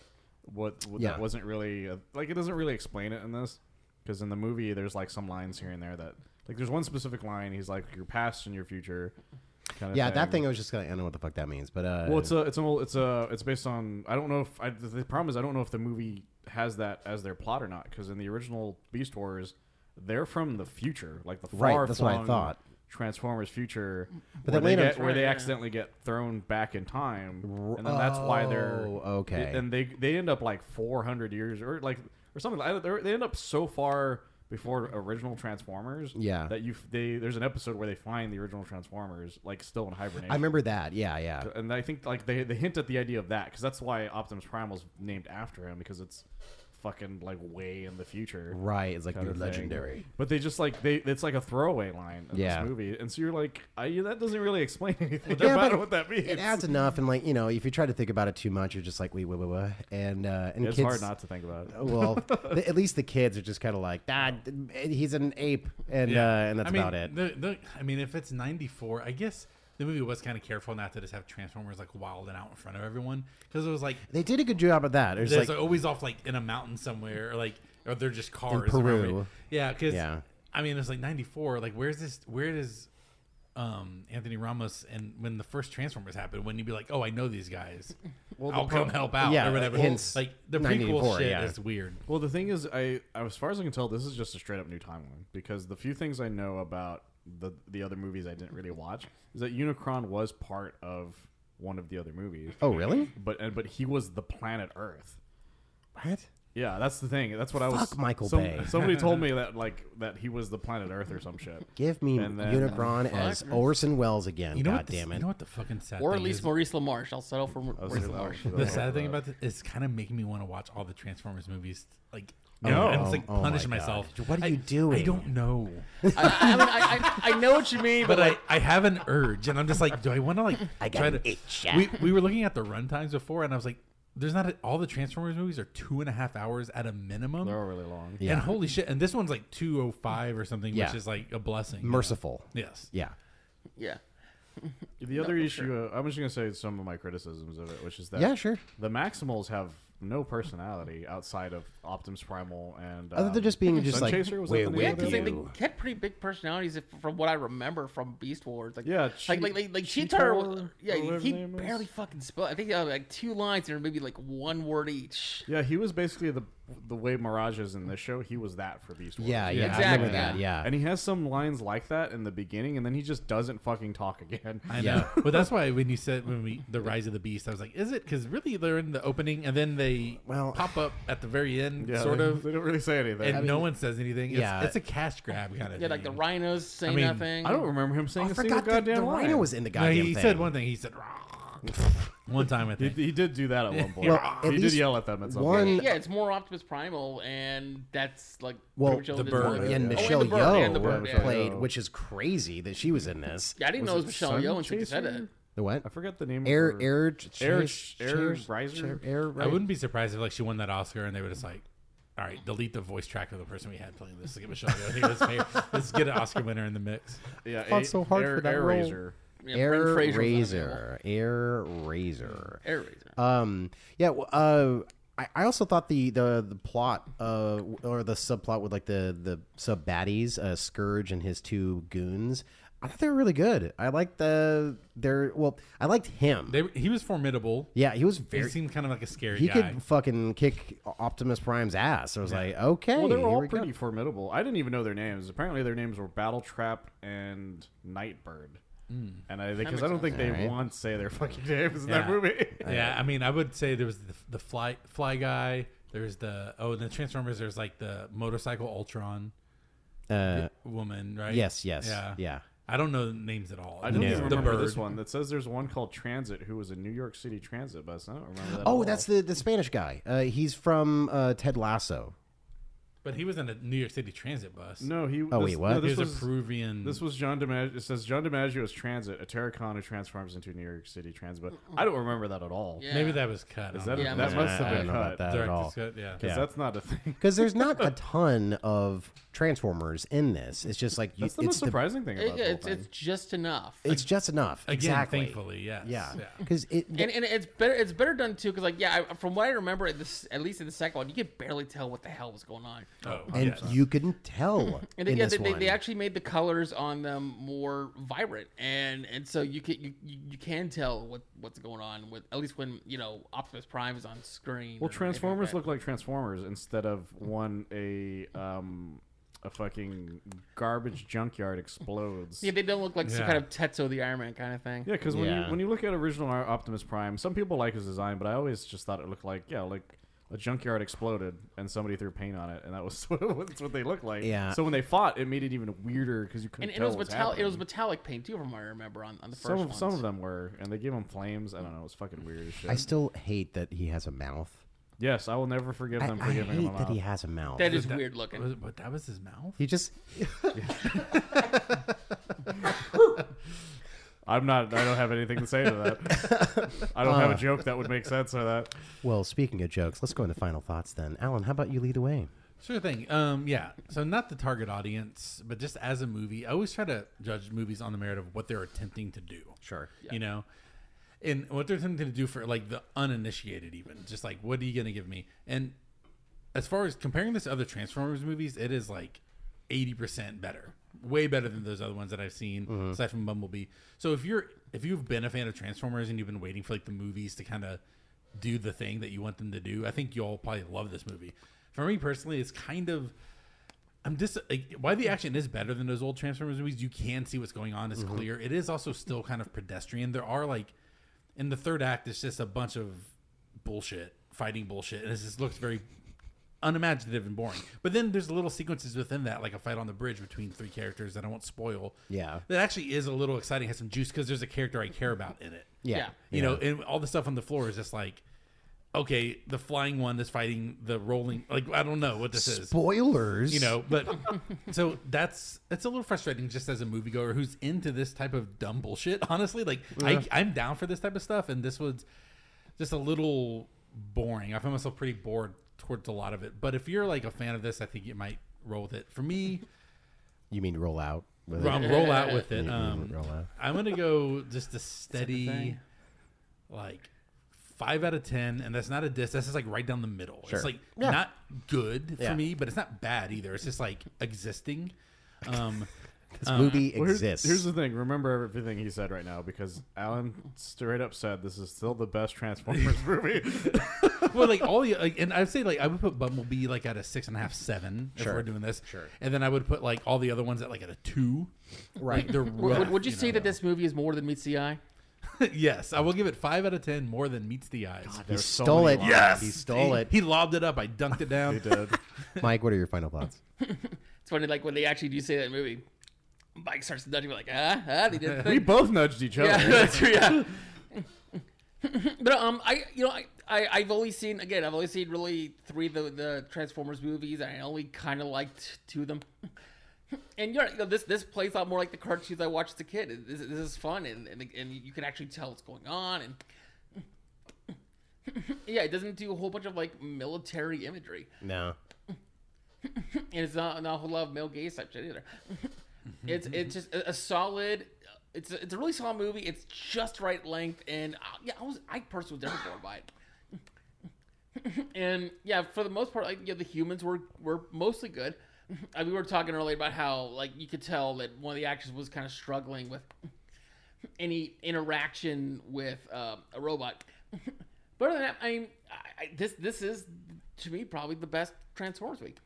Speaker 3: What, what
Speaker 2: Yeah.
Speaker 3: that wasn't really uh, like it doesn't really explain it in this because in the movie there's like some lines here and there that like there's one specific line. He's like your past and your future. Kind of
Speaker 2: Yeah, that thing I was just gonna I don't know what the fuck that means, but uh
Speaker 3: Well, it's a it's an old it's a it's based on I don't know if I, the- the problem is I don't know if the movie has that as their plot or not because in the original Beast Wars they're from the future, like the
Speaker 2: Right,
Speaker 3: far
Speaker 2: that's what I thought.
Speaker 3: Transformers future,
Speaker 2: But
Speaker 3: where,
Speaker 2: then
Speaker 3: they,
Speaker 2: later-
Speaker 3: get, where they
Speaker 1: Right, yeah.
Speaker 3: accidentally get thrown back in time, and then that's why they're
Speaker 2: Oh, okay.
Speaker 3: And they they end up like four hundred years or like or something. Like, they're- they end up so far before original Transformers.
Speaker 2: Yeah.
Speaker 3: that you f- they there's an episode where they find the original Transformers like still in hibernation.
Speaker 2: I remember that. Yeah, yeah.
Speaker 3: and I think like they they hint at the idea of that because that's why Optimus Prime was named after him because it's fucking like way in the future.
Speaker 2: Right. It's like
Speaker 3: kind
Speaker 2: you're
Speaker 3: of thing.
Speaker 2: legendary.
Speaker 3: But they just like they it's like a throwaway line in
Speaker 2: Yeah.
Speaker 3: this movie, and so you're like, I, that doesn't really explain anything
Speaker 2: Yeah,
Speaker 3: about
Speaker 2: but
Speaker 3: what that means.
Speaker 2: It adds enough, and like you know, if you try to think about it too much, you're just like, wait, wait, wait, wait. and uh, and
Speaker 3: it's
Speaker 2: kids,
Speaker 3: hard not to think about it.
Speaker 2: well, the, at least the kids are just kind of like, Dad, he's an ape, and uh, and that's
Speaker 4: I mean,
Speaker 2: about it.
Speaker 4: The, the, I mean, if it's 94, I guess the movie was kind of careful not to just have Transformers like wilding out in front of everyone because it was like
Speaker 2: they did a good job of that. It was like,
Speaker 4: there's like, always off like in a mountain somewhere or like or they're just cars
Speaker 2: Peru.
Speaker 4: around. Yeah, because
Speaker 2: Yeah.
Speaker 4: I mean it's like 94. Like where's this? Where does um Anthony Ramos and when the first Transformers happened? When you'd be like, oh, I know these guys.
Speaker 3: the
Speaker 4: I'll come help out
Speaker 2: Yeah,
Speaker 4: or whatever.
Speaker 2: hence
Speaker 4: like the
Speaker 2: 94,
Speaker 4: prequel shit
Speaker 2: yeah.
Speaker 4: is weird.
Speaker 3: Well, the thing is, I, I as far as I can tell, this is just a straight up new timeline because the few things I know about the the other movies I didn't really watch is that Unicron was part of one of the other movies.
Speaker 2: oh really?
Speaker 3: but and, but he was the planet Earth.
Speaker 2: What?
Speaker 3: Yeah, that's the thing. That's what I was.
Speaker 2: Fuck Michael
Speaker 3: some-
Speaker 2: Bay.
Speaker 3: Somebody told me that like that he was the planet Earth or some shit.
Speaker 2: Give me
Speaker 3: And then-
Speaker 2: Unicron as Orson Welles again.
Speaker 4: You know
Speaker 2: God
Speaker 4: what? the-
Speaker 2: damn it!
Speaker 4: You know what the fucking sad
Speaker 1: Or
Speaker 4: thing
Speaker 1: at least
Speaker 4: is?
Speaker 1: Maurice LaMarche. I'll settle for Maurice LaMarche.
Speaker 4: The sad thing about this is kind of making me want to watch all the Transformers movies. Like,
Speaker 3: No.
Speaker 4: I'm just like
Speaker 2: Oh, oh my
Speaker 4: punishing
Speaker 2: God.
Speaker 4: myself.
Speaker 2: What are
Speaker 4: I-
Speaker 2: you doing?
Speaker 4: I don't know,
Speaker 1: I, I, mean, I, I, I know what you mean, but,
Speaker 4: but I,
Speaker 1: like,
Speaker 4: I have an urge, and I'm just like, do I want to like I
Speaker 2: got
Speaker 4: try
Speaker 2: an
Speaker 4: to?
Speaker 2: itch.
Speaker 4: We we were looking at the runtimes before, and I was like, there's not a, all the Transformers movies are two and a half hours at a minimum.
Speaker 3: They're all really long.
Speaker 4: And holy shit! And this one's like two oh five or something,
Speaker 2: Yeah.
Speaker 4: which is like a blessing.
Speaker 2: Merciful.
Speaker 4: Yes.
Speaker 2: Yeah.
Speaker 1: yeah.
Speaker 3: The other issue, uh, I'm just gonna say some of my criticisms of it, which is that
Speaker 2: Yeah, sure.
Speaker 3: the Maximals have no personality outside of Optimus Primal and um,
Speaker 2: Other than just being just
Speaker 3: Sun
Speaker 2: like,
Speaker 3: Chaser, was that
Speaker 2: where
Speaker 3: the name
Speaker 2: were
Speaker 1: Yeah,
Speaker 3: of it?
Speaker 1: because they, they
Speaker 2: you?
Speaker 1: had pretty big personalities, if, from what I remember from Beast Wars. Like,
Speaker 3: Yeah,
Speaker 1: like
Speaker 3: Chi-
Speaker 1: like like, like
Speaker 3: Cheetor,
Speaker 1: Cheetor,
Speaker 3: or
Speaker 1: was- yeah,
Speaker 3: whatever
Speaker 1: he
Speaker 3: the name is.
Speaker 1: barely fucking spoke. I think he had like two lines or maybe like one word each.
Speaker 3: yeah, he was basically the the way Mirage is in this show. He was that for Beast Wars.
Speaker 2: Yeah, yeah, I
Speaker 1: Exactly,
Speaker 2: remember that. Yeah,
Speaker 3: And he has some lines like that in the beginning, and then he just doesn't fucking talk again.
Speaker 4: I know, but that's why when you said when we the Rise of the Beast, I was like, "Is it?" Because really, they're in the opening, and then they
Speaker 2: Well-
Speaker 4: pop up at the very end,
Speaker 3: Yeah,
Speaker 4: sort
Speaker 3: they,
Speaker 4: of.
Speaker 3: They don't really say anything.
Speaker 4: and no one says anything. It's,
Speaker 2: Yeah.
Speaker 4: it's a cash grab kind of
Speaker 1: Yeah,
Speaker 4: thing.
Speaker 1: like the rhinos say
Speaker 4: mean,
Speaker 1: nothing.
Speaker 3: I don't remember him saying
Speaker 2: I
Speaker 3: a single
Speaker 2: forgot that
Speaker 3: goddamn
Speaker 2: the
Speaker 3: line.
Speaker 2: rhino was in the
Speaker 4: No,
Speaker 2: goddamn
Speaker 4: he
Speaker 2: thing.
Speaker 4: said one thing. He said one time. I
Speaker 3: He,
Speaker 4: think.
Speaker 3: he did do that at one point.
Speaker 2: Well, at
Speaker 3: he did
Speaker 2: least
Speaker 3: yell at them at some
Speaker 2: one-
Speaker 3: point.
Speaker 1: Yeah, it's more Optimus Primal, and that's like
Speaker 2: Well,
Speaker 1: pretty much
Speaker 4: the
Speaker 1: all it is.
Speaker 4: bird.
Speaker 1: Oh,
Speaker 2: and
Speaker 1: the
Speaker 2: Michelle
Speaker 1: bird, and the
Speaker 2: Yeoh
Speaker 1: bird, yeah.
Speaker 2: played, which is crazy that she was in this.
Speaker 1: Yeah, I didn't know it was
Speaker 3: it
Speaker 1: Michelle
Speaker 3: Sun
Speaker 1: Yeoh until you said
Speaker 3: Chaser?
Speaker 1: it.
Speaker 2: The what?
Speaker 3: I forget the name.
Speaker 2: Air,
Speaker 3: of her.
Speaker 2: air,
Speaker 3: Air-
Speaker 2: Chase-
Speaker 3: Air
Speaker 2: Chase-
Speaker 3: Riser?
Speaker 2: Air,
Speaker 4: I wouldn't be surprised if like she won that Oscar and they were just like, "All right, delete the voice track of the person we had playing this. Let's get Michelle Yeoh. here. Let's, pay- let's get an Oscar winner in the mix."
Speaker 3: Yeah,
Speaker 2: Fought
Speaker 3: a-
Speaker 2: so hard
Speaker 3: air,
Speaker 2: for that
Speaker 3: air
Speaker 2: role.
Speaker 3: razor.
Speaker 1: Yeah, Brendan
Speaker 2: Air
Speaker 1: Fraser was in it.
Speaker 2: Razor, Air Razor.
Speaker 1: Air Razor.
Speaker 2: Um, yeah. w- Uh, I, I also thought the the the plot, uh, w- or the subplot with like the the sub baddies, uh, Scourge and his two goons. I thought they were really good. I liked the their well. I liked him.
Speaker 4: They, he was formidable.
Speaker 2: yeah, he was
Speaker 4: He
Speaker 2: very.
Speaker 4: seemed kind of like a scary
Speaker 2: He
Speaker 4: guy.
Speaker 2: could fucking kick Optimus Prime's ass. I was like, okay,
Speaker 3: Well, they
Speaker 2: here
Speaker 3: were all
Speaker 2: we go.
Speaker 3: pretty formidable. I didn't even know their names. Apparently, their names were Battletrap and Nightbird.
Speaker 2: Hmm.
Speaker 3: And I because I don't think they once say their fucking names in that
Speaker 4: Yeah.
Speaker 3: movie.
Speaker 4: yeah, I mean, I would say there was the, the fly fly guy. There's the oh, the Transformers. There's like the motorcycle Ultron
Speaker 2: Uh,
Speaker 4: woman, right?
Speaker 2: yes, yes,
Speaker 4: yeah,
Speaker 2: yeah.
Speaker 4: I don't know the names at all.
Speaker 3: I don't
Speaker 4: It's
Speaker 3: even
Speaker 4: the
Speaker 3: remember
Speaker 4: bird.
Speaker 3: this one. That says there's one called Transit who was a New York City transit bus. I don't remember that. at
Speaker 2: Oh,
Speaker 3: all.
Speaker 2: that's the the Spanish guy. Uh, he's from uh, Ted Lasso.
Speaker 4: But he was in a New York City transit bus.
Speaker 3: no. He.
Speaker 2: Oh,
Speaker 3: this,
Speaker 2: wait, what?
Speaker 3: No,
Speaker 4: he
Speaker 3: this
Speaker 4: was,
Speaker 3: was
Speaker 4: a Peruvian.
Speaker 3: This was John DiMaggio. It says John DiMaggio is transit, a Terracon who transforms into a New York City transit. But I don't remember that at all.
Speaker 1: Yeah.
Speaker 4: maybe that was cut.
Speaker 3: Is that
Speaker 4: I don't
Speaker 3: a,
Speaker 4: know.
Speaker 1: Yeah,
Speaker 3: that
Speaker 1: I-
Speaker 3: must have
Speaker 2: Uh, I
Speaker 3: been
Speaker 2: don't know about
Speaker 3: cut?
Speaker 2: that. at
Speaker 4: Director's
Speaker 2: all.
Speaker 4: cut, yeah.
Speaker 3: Because
Speaker 2: Yeah.
Speaker 3: that's not a thing.
Speaker 2: Because there's not a ton of Transformers in this. It's just like you,
Speaker 3: That's the
Speaker 2: it's
Speaker 3: most
Speaker 2: the-
Speaker 3: surprising thing
Speaker 1: It-
Speaker 3: about
Speaker 1: yeah,
Speaker 3: the whole
Speaker 1: it's, it's
Speaker 3: thing.
Speaker 1: just enough.
Speaker 2: it's just enough.
Speaker 4: Again,
Speaker 2: exactly.
Speaker 4: thankfully, yes.
Speaker 2: Yeah.
Speaker 4: yeah.
Speaker 2: Because it.
Speaker 1: and, and it's better it's better done too because like yeah I, from what I remember at this at least in the second one you could barely tell what the hell was going on
Speaker 4: Oh,
Speaker 2: and
Speaker 4: yes.
Speaker 2: you couldn't tell
Speaker 1: and
Speaker 2: in
Speaker 1: then, yeah
Speaker 2: this
Speaker 1: they, they,
Speaker 2: one.
Speaker 1: they actually made the colors on them more vibrant and and so you can you, you, you can tell what what's going on with at least when you know Optimus Prime is on screen
Speaker 3: Well,
Speaker 1: or anything like
Speaker 3: Transformers
Speaker 1: that.
Speaker 3: look like Transformers instead of one a um a fucking garbage junkyard explodes.
Speaker 1: Yeah, they don't look like some
Speaker 4: Yeah.
Speaker 1: kind of Tetsuo the Iron Man kind of thing.
Speaker 3: Yeah, because when
Speaker 2: Yeah.
Speaker 3: you when you look at original Ar- Optimus Prime, some people like his design, but I always just thought it looked like yeah, like a junkyard exploded and somebody threw paint on it, and that was what, that's what they looked like.
Speaker 2: Yeah.
Speaker 3: So when they fought, it made it even weirder because you couldn't
Speaker 1: And, and it
Speaker 3: tell
Speaker 1: was
Speaker 3: what was
Speaker 1: metallic. It was
Speaker 3: happening.
Speaker 1: metallic paint too, from what I remember on, on the first
Speaker 3: some of,
Speaker 1: ones.
Speaker 3: some of them were, and they gave him flames. I don't know. It was fucking weird as shit.
Speaker 2: I still hate that he has a mouth.
Speaker 3: yes, I will never forgive
Speaker 2: I,
Speaker 3: them for
Speaker 2: I
Speaker 3: giving him a
Speaker 2: hate that
Speaker 3: mouth.
Speaker 2: he has a mouth.
Speaker 1: That is
Speaker 4: But that-
Speaker 1: weird looking.
Speaker 4: was- but that was his mouth.
Speaker 2: he just
Speaker 3: I'm not. I don't have anything to say to that. I don't have a joke that would make sense for that.
Speaker 2: well. Speaking of jokes, let's go into final thoughts then. Alan, how about you lead the way?
Speaker 4: Sure thing. Um, yeah. So not the target audience, but just as a movie, I always try to judge movies on the merit of what they're attempting to do. Sure. You know, and what they're attempting to do for like the uninitiated, even just like what are you going to give me? And as far as comparing this to other Transformers movies, it is like eighty percent better, way better than those other ones that I've seen, aside from Bumblebee. So if you're if you've been a fan of Transformers and you've been waiting for like the movies to kind of do the thing that you want them to do, I think you'll probably love this movie. For me personally, it's kind of I'm just like, why the action is better than those old Transformers movies. You can see what's going on. It's
Speaker 1: Mm-hmm.
Speaker 4: clear. It is also still kind of pedestrian. There are like in the third act, it's just a bunch of bullshit, fighting bullshit, and it just looks very unimaginative and boring. But then there's little sequences within that, like a fight on the bridge between three characters that I won't spoil.
Speaker 2: Yeah.
Speaker 4: that actually is a little exciting. Has some juice because there's a character I care about in it.
Speaker 1: Yeah.
Speaker 4: You know, and all the stuff on the floor is just like, okay, the flying one is fighting the rolling. Like I don't know what this is
Speaker 2: Spoilers.
Speaker 4: you know but so that's that's a little frustrating just as a moviegoer who's into this type of dumb bullshit honestly like I, i'm down for this type of stuff and this was just a little boring i found myself pretty bored towards a lot of it but if you're like a fan of this i think you might roll with it for me
Speaker 2: You mean roll out? with it?
Speaker 4: um, roll out with it um,
Speaker 2: roll out.
Speaker 4: i'm gonna go just a steady like five out of ten and that's not a diss that's just like right down the middle it's like not good for
Speaker 2: Yeah.
Speaker 4: me but it's not bad either it's just like existing um
Speaker 2: This movie
Speaker 3: Uh, Well, here's-
Speaker 2: exists.
Speaker 3: Here's, the thing. Remember everything he said right now because Alan straight up said this is still the best Transformers movie.
Speaker 4: well, like all the, like, and I'd say like I would put Bumblebee like at a six and a half, seven if we're doing this, sure. And then I would put like all the other ones at like at a two, right? they're
Speaker 1: Would-
Speaker 4: rough,
Speaker 1: would, would you, say
Speaker 4: know?
Speaker 1: that this movie is more than meets the eye?
Speaker 4: yes, I will give it five out of ten more than meets the eyes.
Speaker 2: he
Speaker 3: There's so
Speaker 2: stole
Speaker 3: many
Speaker 2: it.
Speaker 3: lines.
Speaker 2: Yes, he stole
Speaker 4: he,
Speaker 2: it.
Speaker 4: He lobbed it up. I dunked it down.
Speaker 3: Dude,
Speaker 2: Mike, what are your final thoughts?
Speaker 1: It's funny, like when they actually do say that in the movie, Mike starts nudging, we're like, ah, ah, they did. the
Speaker 3: we
Speaker 1: thing.
Speaker 3: both nudged each other.
Speaker 1: yeah, that's true. Yeah. but um, I you know I, I I've only seen again I've only seen really three of the the Transformers movies. and I only kind of liked two of them. And you're, you know this this plays out more like the cartoons I watched as a kid. This, this is fun, and, and and you can actually tell what's going on. And yeah, it doesn't do a whole bunch of like military imagery.
Speaker 2: No.
Speaker 1: and it's not, not a whole lot of male gaze type shit either. it's it's just a, a solid. It's a, it's a really solid movie. It's just right length, and I, yeah, I was I personally was never bored by it. and yeah, for the most part, like yeah, the humans were were mostly good. I mean, we were talking earlier about how like you could tell that one of the actors was kind of struggling with any interaction with uh, a robot. but other than that, I mean, I, I, this this is to me probably the best Transformers week.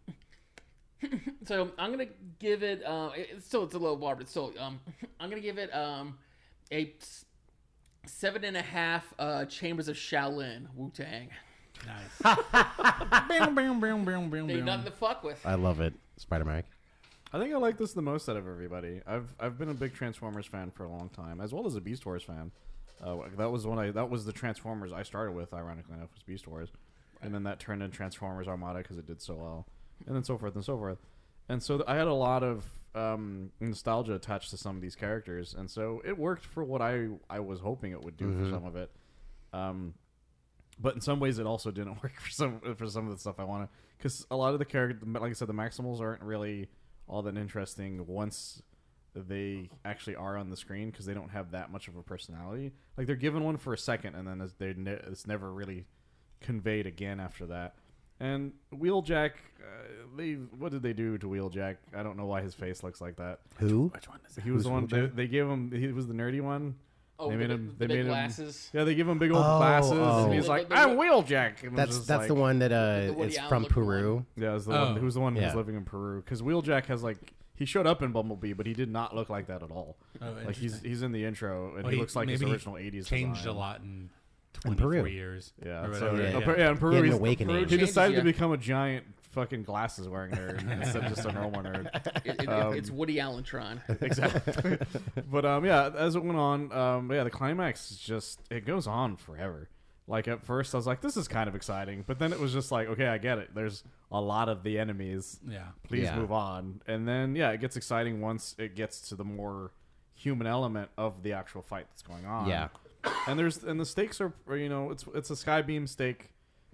Speaker 1: So I'm gonna give it. Um, it- it's still it's a low bar, but still, um, I'm gonna give it um, a s- seven and a half uh, chambers of Shaolin Wu Tang.
Speaker 4: nice. Bam, bam, bam, bam, bam,
Speaker 1: Ain't
Speaker 4: bam.
Speaker 1: nothing to fuck with.
Speaker 2: I love it. Spider Mike.
Speaker 3: I think I like this the most out of everybody. I've I've been a big Transformers fan for a long time, as well as a Beast Wars fan. Uh, that was when I that was the Transformers I started with. Ironically enough, was Beast Wars, and then that turned into Transformers Armada because it did so well, and then so forth and so forth. And so th- I had a lot of um, nostalgia attached to some of these characters, and so it worked for what I I was hoping it would do for some of it. Um, but in some ways it also didn't work for some for some of the stuff I want to because a lot of the character like I said the Maximals aren't really all that interesting once they actually are on the screen because they don't have that much of a personality like they're given one for a second and then it's- they ne- it's never really conveyed again after that and Wheeljack uh, they what did they do to Wheeljack I don't know why his face looks like that
Speaker 2: Who?
Speaker 4: Which one is it?
Speaker 3: he was the one they, they gave him he was the nerdy one
Speaker 1: Oh,
Speaker 3: They
Speaker 1: the
Speaker 3: made
Speaker 1: big-
Speaker 3: him. They
Speaker 1: the big
Speaker 3: made
Speaker 1: glasses.
Speaker 3: him. Yeah, they give him big old
Speaker 2: Oh,
Speaker 3: glasses,
Speaker 2: oh.
Speaker 3: and he's like,
Speaker 1: The- the- the-
Speaker 3: "I'm Wheeljack." And I'm
Speaker 2: That's
Speaker 3: just
Speaker 2: that's
Speaker 3: like-
Speaker 2: the one that uh
Speaker 1: Woody
Speaker 2: is
Speaker 1: Allen
Speaker 2: from
Speaker 1: looked
Speaker 2: Peru.
Speaker 3: Yeah, is the
Speaker 4: Oh,
Speaker 3: one who's the one
Speaker 2: yeah.
Speaker 3: who's living in Peru because Wheeljack has like he showed up in Bumblebee, but he did not look like that at all.
Speaker 4: Oh,
Speaker 3: like he's
Speaker 4: interesting.
Speaker 3: he's in the intro and
Speaker 4: Well,
Speaker 3: he, looks like his
Speaker 4: maybe he
Speaker 3: original '80s.
Speaker 4: Changed
Speaker 3: design.
Speaker 4: a lot in
Speaker 2: In
Speaker 4: 24
Speaker 2: Peru.
Speaker 4: years.
Speaker 3: Yeah,
Speaker 4: or
Speaker 3: so,
Speaker 4: whatever.
Speaker 3: yeah,
Speaker 4: yeah,
Speaker 3: Peru- yeah, in Peru,
Speaker 2: He had an
Speaker 3: he's-
Speaker 2: awakening.
Speaker 3: He
Speaker 1: Changes,
Speaker 3: decided
Speaker 1: yeah.
Speaker 3: to become a giant fucking glasses wearing nerd instead of just a normal nerd.
Speaker 1: It- it- it's
Speaker 3: Um,
Speaker 1: Woody Allen Tron.
Speaker 3: Exactly. but um, yeah, as it went on, um, yeah, the climax is just it goes on forever. Like at first, I was like, "This is kind of exciting," but then it was just like, "Okay, I get it. There's a lot of the enemies.
Speaker 4: Yeah.
Speaker 3: please
Speaker 2: Yeah.
Speaker 3: move on." And then yeah, it gets exciting once it gets to the more human element of the actual fight that's going on.
Speaker 2: Yeah.
Speaker 3: and there's and the stakes are you know it's it's a skybeam stake.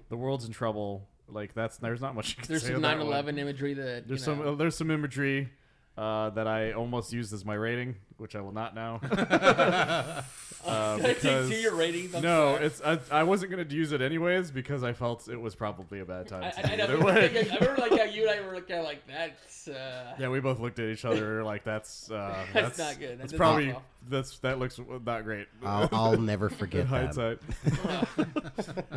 Speaker 3: The world's in trouble. Like that's there's not much. You can
Speaker 1: There's
Speaker 3: say
Speaker 1: some
Speaker 3: on that
Speaker 1: 9/11
Speaker 3: one.
Speaker 1: imagery that
Speaker 3: There's
Speaker 1: you
Speaker 3: some
Speaker 1: know,
Speaker 3: uh, there's some imagery uh, that I almost used as my rating, which I will not now. uh,
Speaker 1: Did I take
Speaker 3: because-
Speaker 1: two of your ratings? I'm
Speaker 3: no,
Speaker 1: sorry.
Speaker 3: it's I, I wasn't gonna use it anyways because I felt it was probably a bad time.
Speaker 1: I,
Speaker 3: to
Speaker 1: I, I,
Speaker 3: do
Speaker 1: know,
Speaker 3: either
Speaker 1: but I,
Speaker 3: way.
Speaker 1: think I, I remember like how you and I were kind of like that's uh,
Speaker 3: Yeah, we both looked at each other and were like, "That's uh,
Speaker 1: That's
Speaker 3: that's,
Speaker 1: not good. That
Speaker 3: That's
Speaker 1: doesn't
Speaker 3: probably
Speaker 1: well.
Speaker 3: that's that looks not great."
Speaker 2: I'll, I'll never forget that.
Speaker 3: hindsight.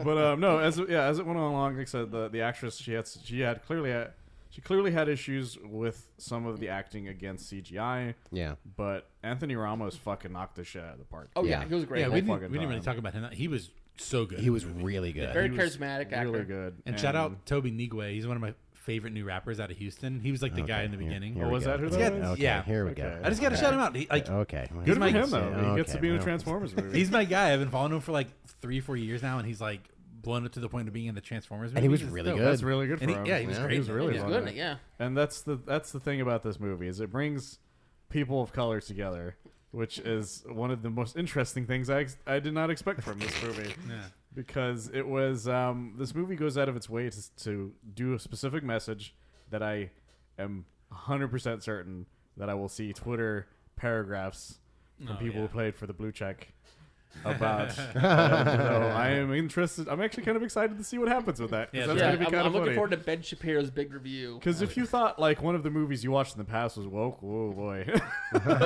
Speaker 3: but um, no, as it- yeah, as it went along, like I said, the the actress she had she had clearly had, she clearly had issues with some of the acting against CGI.
Speaker 2: Yeah.
Speaker 3: But Anthony Ramos fucking knocked the shit out of the park.
Speaker 1: oh yeah,
Speaker 2: Yeah.
Speaker 1: it was great.
Speaker 4: Yeah, we
Speaker 3: fucking
Speaker 4: didn't, we didn't really
Speaker 3: time.
Speaker 4: talk about him. He was so good.
Speaker 2: He was really good.
Speaker 1: very
Speaker 4: he was
Speaker 1: charismatic actor.
Speaker 3: really good.
Speaker 4: And, shout out Toby Nigwe. He's one of my favorite new rappers out of Houston. He was like the guy in the beginning.
Speaker 3: Oh,
Speaker 2: we
Speaker 3: was
Speaker 2: go.
Speaker 3: that who that
Speaker 2: Yeah,
Speaker 3: was?
Speaker 2: Okay,
Speaker 4: Yeah.
Speaker 2: here we go.
Speaker 4: I just got to shout him out. He, like,
Speaker 2: Okay. well,
Speaker 3: Good for
Speaker 4: Mike-
Speaker 3: him though. He gets
Speaker 2: okay,
Speaker 3: to be in a
Speaker 2: well,
Speaker 3: Transformers movie.
Speaker 4: He's my guy. I've been following him for like three, four years now, and he's like blown up to the point of being in the Transformers.
Speaker 2: And he was
Speaker 4: movies. It's
Speaker 2: really
Speaker 4: dope.
Speaker 2: good.
Speaker 3: that's really good for
Speaker 4: And he-
Speaker 3: him.
Speaker 4: yeah, he was
Speaker 2: Yeah.
Speaker 4: great.
Speaker 3: He was really
Speaker 1: He's
Speaker 3: well
Speaker 1: good. in
Speaker 3: done.
Speaker 1: it, Yeah,
Speaker 3: And that's the that's the thing about this movie is it brings people of color together, which is one of the most interesting things I ex- I did not expect from this movie.
Speaker 4: Yeah.
Speaker 3: Because it was um, this movie goes out of its way to, to do a specific message that I am 100% certain that I will see Twitter paragraphs from
Speaker 4: Oh,
Speaker 3: people
Speaker 4: yeah.
Speaker 3: who played for the blue check about so I am interested I'm actually kind of excited to see what happens with that 'cause
Speaker 4: Yeah,
Speaker 3: that's
Speaker 1: yeah.
Speaker 3: gonna be
Speaker 1: I'm,
Speaker 3: kind
Speaker 1: I'm
Speaker 3: of
Speaker 1: looking
Speaker 3: funny.
Speaker 1: forward to Ben Shapiro's big review.
Speaker 3: Because if you thought like one of the movies you watched in the past was woke, whoa boy,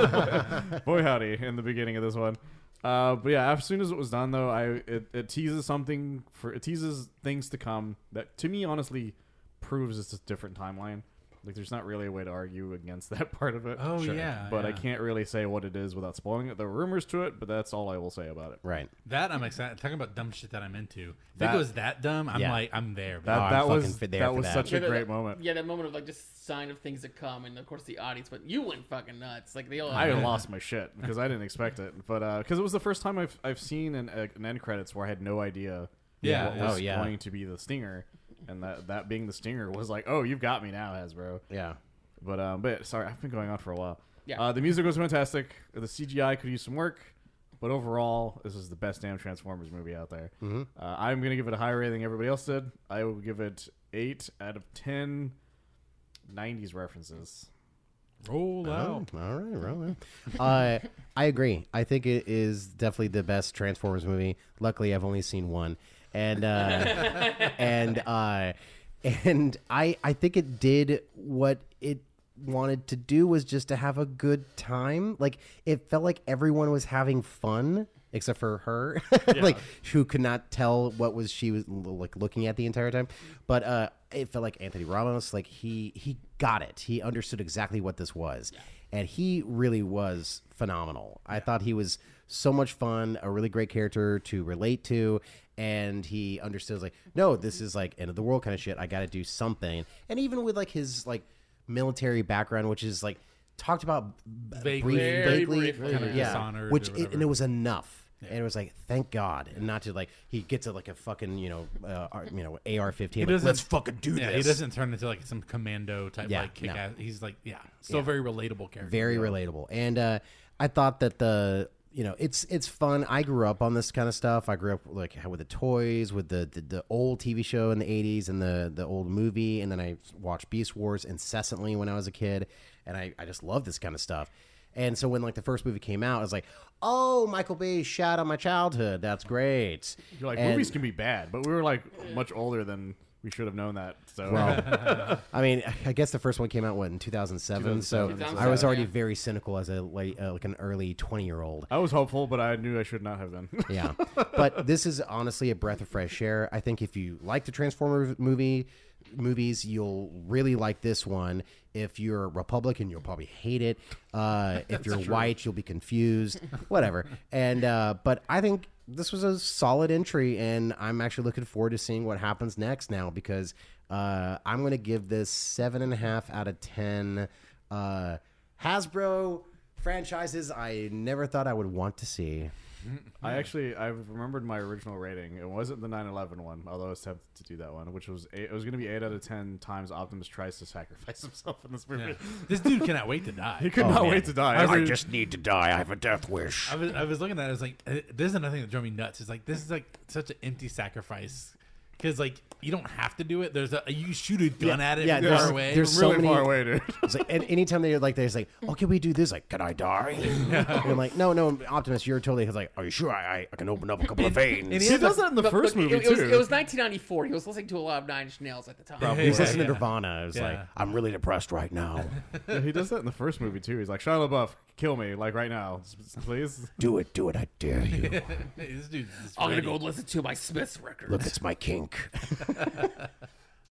Speaker 3: boy howdy in the beginning of this one. Uh, but yeah, as soon as it was done though, I it, it teases something for it teases things to come that to me honestly proves it's a different timeline. Like there's not really a way to argue against that part of it.
Speaker 4: Oh, Sure. yeah,
Speaker 3: but I
Speaker 4: yeah.
Speaker 3: can't really say what it is without spoiling it. There are rumors to it, but that's all I will say about it.
Speaker 2: Right.
Speaker 4: That I'm excited. Talking about dumb shit that I'm into. If
Speaker 3: That-
Speaker 4: it goes that dumb, I'm
Speaker 2: Yeah.
Speaker 4: like, I'm there.
Speaker 3: That
Speaker 2: Oh, I'm
Speaker 3: that
Speaker 2: fucking
Speaker 3: was
Speaker 2: fit
Speaker 3: that,
Speaker 2: there for
Speaker 3: was
Speaker 2: that.
Speaker 3: such
Speaker 1: Yeah,
Speaker 3: a
Speaker 1: that-
Speaker 3: great moment.
Speaker 1: Yeah, that moment of like just sign of things to come, and of course the audience. But you went fucking nuts. Like they all.
Speaker 3: I lost my shit because I didn't expect it, but because it was the first time I've I've seen an, a- an end credits where I had no idea
Speaker 4: Yeah.
Speaker 3: what was
Speaker 2: Oh, yeah.
Speaker 3: going to be the stinger, and that that being the stinger was like, oh, you've got me now, Hasbro.
Speaker 2: Yeah.
Speaker 3: But um, but sorry, I've been going on for a while.
Speaker 1: Yeah.
Speaker 3: Uh, the music was fantastic. The CGI could use some work, but overall, this is the best damn Transformers movie out there. Uh, I'm gonna give it a higher rating than everybody else did. I will give it eight out of ten. 90s references.
Speaker 4: Roll
Speaker 2: Oh,
Speaker 4: out.
Speaker 2: all right, rolling. uh, I agree. I think it is definitely the best Transformers movie. Luckily, I've only seen one, and uh, and uh, and I I think it did what it wanted to do was just to have a good time. Like it felt like everyone was having fun except for her, like who could not tell what was she was like looking at the entire time. But uh, it felt like Anthony Ramos, like he he got it. He understood exactly what this was, and he really was phenomenal. I thought he was so much fun, a really great character to relate to. And he understood like, no, this is like end of the world kind of shit. I got to do something. And even with like his like military background, which is like talked about b-
Speaker 4: Vaguely.
Speaker 2: brief-
Speaker 4: Very
Speaker 2: vaguely,
Speaker 1: briefly, Kind
Speaker 4: of yeah. Dishonored
Speaker 2: which
Speaker 4: or
Speaker 2: it, and it
Speaker 4: whatever.
Speaker 2: was enough. And it was like, thank God, and not to like he gets a, like a fucking you know uh, ar- you know AR fifteen. Like,
Speaker 4: doesn't-
Speaker 2: Let's fucking do
Speaker 4: Yeah,
Speaker 2: this.
Speaker 4: he doesn't turn into like some commando type
Speaker 2: Yeah,
Speaker 4: like kick
Speaker 2: no.
Speaker 4: ass. He's like yeah, still very relatable character.
Speaker 2: very relatable and uh, i thought that the you know it's it's fun i grew up on this kind of stuff i grew up like how- with the toys with the, the the old tv show in the 80s and the the old movie and then i watched beast wars incessantly when i was a kid and i, I just love this kind of stuff and so when like the first movie came out i was like oh michael bay shot on my childhood that's great
Speaker 3: You're like,
Speaker 2: And-
Speaker 3: movies can be bad, but we were like much older than we should have known that. So
Speaker 2: Well, I mean, I guess the first one came out what in 2007, so
Speaker 1: 2007,
Speaker 2: I was already
Speaker 1: yeah.
Speaker 2: very cynical as a late, uh, like an early 20 year old.
Speaker 3: I was hopeful, but I knew I should not have been.
Speaker 2: Yeah, but this is honestly a breath of fresh air. I think if you like the Transformer movie movies, you'll really like this one. If you're a Republican, you'll probably hate it. Uh, if you're white, you'll be confused. Whatever. And uh, but I think this was a solid entry, and I'm actually looking forward to seeing what happens next now because uh, I'm going to give this seven and a half out of ten. Uh, Hasbro franchises I never thought I would want to see.
Speaker 3: I actually I remembered my original rating. It wasn't the 9/11 one, although I was tempted to do that one, which was eight, it was going to be eight out of ten times Optimus tries to sacrifice himself in this movie.
Speaker 4: Yeah. This dude cannot wait to die. Oh.
Speaker 3: He could not wait to die.
Speaker 5: I just need to die. I have a death wish.
Speaker 4: I was, I was looking at it. I was like, eh, this is another thing that drove me nuts. It's like, this is like such an empty sacrifice. Because, like, you don't have to do it. There's a, you shoot a gun at it
Speaker 2: yeah,
Speaker 4: from
Speaker 2: there's-
Speaker 4: far away.
Speaker 2: there's- so
Speaker 3: really
Speaker 2: many-
Speaker 3: far away, dude.
Speaker 2: It's like, and anytime they're like, there's like, oh, can we do this? Like, can I die? And I'm like, no, no, Optimus, you're totally. He's like, are you sure? I, I, I can open up a couple of veins.
Speaker 4: and he
Speaker 3: He
Speaker 4: has
Speaker 3: does
Speaker 4: a-
Speaker 3: that in the
Speaker 1: Look,
Speaker 3: first
Speaker 1: look,
Speaker 3: movie
Speaker 1: it,
Speaker 3: too.
Speaker 1: it was, it was 1994. He was listening to a lot of Nine Inch Nails at the time.
Speaker 2: He's
Speaker 4: Yeah,
Speaker 2: listening to
Speaker 4: yeah.
Speaker 2: Nirvana. He's like,
Speaker 4: Yeah.
Speaker 5: I'm really depressed right now.
Speaker 3: Yeah, he does that in the first movie too. He's like Shia LaBeouf, kill me like right now, s- please.
Speaker 5: do it, do it. I dare you.
Speaker 4: this dude's just
Speaker 1: I'm gonna
Speaker 4: ready.
Speaker 1: go listen to my Smiths record.
Speaker 5: Look, it's my kink.